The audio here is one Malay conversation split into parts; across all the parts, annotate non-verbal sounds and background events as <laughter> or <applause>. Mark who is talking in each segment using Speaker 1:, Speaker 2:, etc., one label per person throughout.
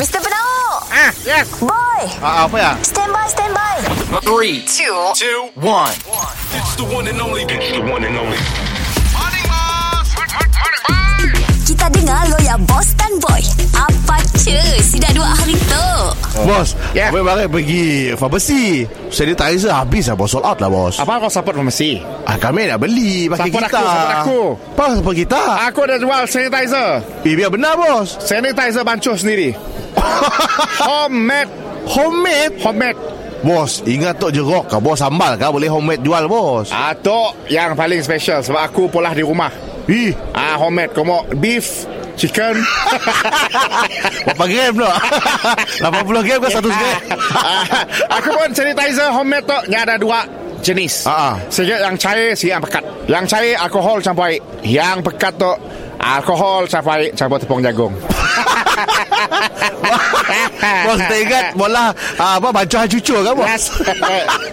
Speaker 1: Mr. Penau
Speaker 2: Ah, yes.
Speaker 1: Boy
Speaker 2: Ah, apa ya?
Speaker 1: Stand by, stand by
Speaker 3: Three, two, two, one.
Speaker 4: It's the one and only. It's the one and only.
Speaker 1: Kita dengar lo ya boss dan boy Apa cuy Sudah dua hari tu
Speaker 5: Bos
Speaker 2: Ya.
Speaker 5: Abang Barat pergi Farmasi Sanitizer habis lah bos Sold out lah bos
Speaker 2: Apa kau support farmasi?
Speaker 5: ah, Kami nak beli Pakai
Speaker 2: Support
Speaker 5: kita
Speaker 2: aku, support aku.
Speaker 5: Apa support kita
Speaker 2: Aku dah jual sanitizer.
Speaker 5: Eh biar benar bos
Speaker 2: Sanitizer bancuh <laughs> sendiri. Homemade.
Speaker 5: Homemade
Speaker 2: Homemade.
Speaker 5: Bos Ingat Tok Jerok kah Bos sambal kah Boleh homemade jual bos
Speaker 2: Atok yang paling special sebab aku polah di rumah.
Speaker 5: Ih
Speaker 2: Ah, homemade. Komo beef, chicken.
Speaker 5: Berapa gram <laughs> tu 80 gram ke 100 gram
Speaker 2: Ah, <laughs> aku pun sanitizer homemade tu. Ni ada dua jenis.
Speaker 5: Ah, ah.
Speaker 2: Sikit yang cair, sikit yang pekat. Yang cair alkohol campur air. Yang pekat tu alkohol campur air, campur tepung <laughs> jagung.
Speaker 5: Bos tak ingat Bola ah, Apa Bancuhan cucu kah bos
Speaker 2: Yes.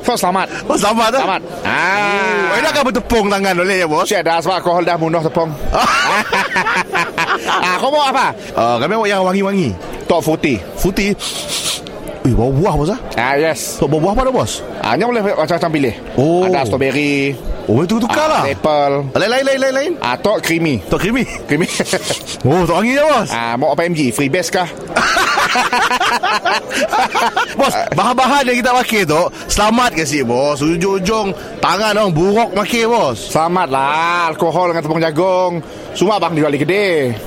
Speaker 2: so selamat.
Speaker 5: Bos sambal tu
Speaker 2: Selamat. Ah.
Speaker 5: Enak kan bertepung tangan boleh ya bos
Speaker 2: Cik dah sebab alkohol dah bunuh <laughs> tepung. ah, kau mau apa?
Speaker 5: Ah, Kami awak yang wangi-wangi
Speaker 2: Tok Futi.
Speaker 5: Putih Eh bau buah bos ah
Speaker 2: Ah, yes.
Speaker 5: Tok bau buah apa tu bos
Speaker 2: Ah, ni boleh macam-macam pilih.
Speaker 5: Oh.
Speaker 2: Ada strawberry. ah,
Speaker 5: Oh itu tukar lah
Speaker 2: Apple.
Speaker 5: Lain lain lain lain lain
Speaker 2: Ah, tok creamy.
Speaker 5: Tok krimi <laughs>
Speaker 2: Creamy.
Speaker 5: Oh tok angin je bos
Speaker 2: ah, mau apa MG? Free base kah?
Speaker 5: Bos Bahan-bahan yang kita pakai tu Selamat ke sih bos Ujung-ujung Tangan orang buruk pakai bos
Speaker 2: Selamat lah. Alkohol dengan tepung jagung. Semua abang dijual di gede.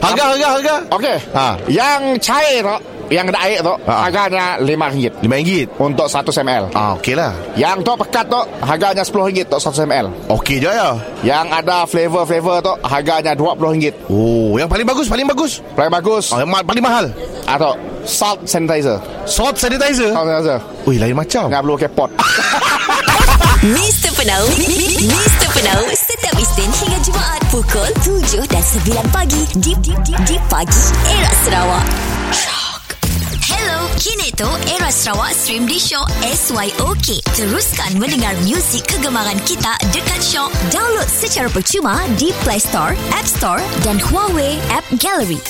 Speaker 5: Harga harga harga
Speaker 2: Okey.
Speaker 5: Ah.
Speaker 2: Yang cair tu, yang ada air tu,
Speaker 5: Ah.
Speaker 2: harganya RM5
Speaker 5: RM5
Speaker 2: untuk 1 ml.
Speaker 5: Ah okey lah
Speaker 2: Yang tu pekat tu, harganya RM10 untuk 1 ml.
Speaker 5: Okey je ya
Speaker 2: Yang ada flavor-flavor tu harganya RM20.
Speaker 5: Oh yang paling bagus paling bagus
Speaker 2: Paling bagus
Speaker 5: ah, Yang ma- paling mahal
Speaker 2: atau salt sanitizer.
Speaker 5: Salt sanitizer
Speaker 2: Salt sanitizer.
Speaker 5: Ui lain macam
Speaker 2: Nggak perlu kepot.
Speaker 1: Mr. Penau Mr. Penau Setiap Isnin hingga Jumaat Pukul 7 dan 9 pagi Di, di, di, di pagi Era Sarawak Shock Hello, kini tu Era Sarawak stream di Shock SYOK. Teruskan mendengar muzik kegemaran kita dekat Shock. Download secara percuma di Play Store, App Store dan Huawei App Gallery.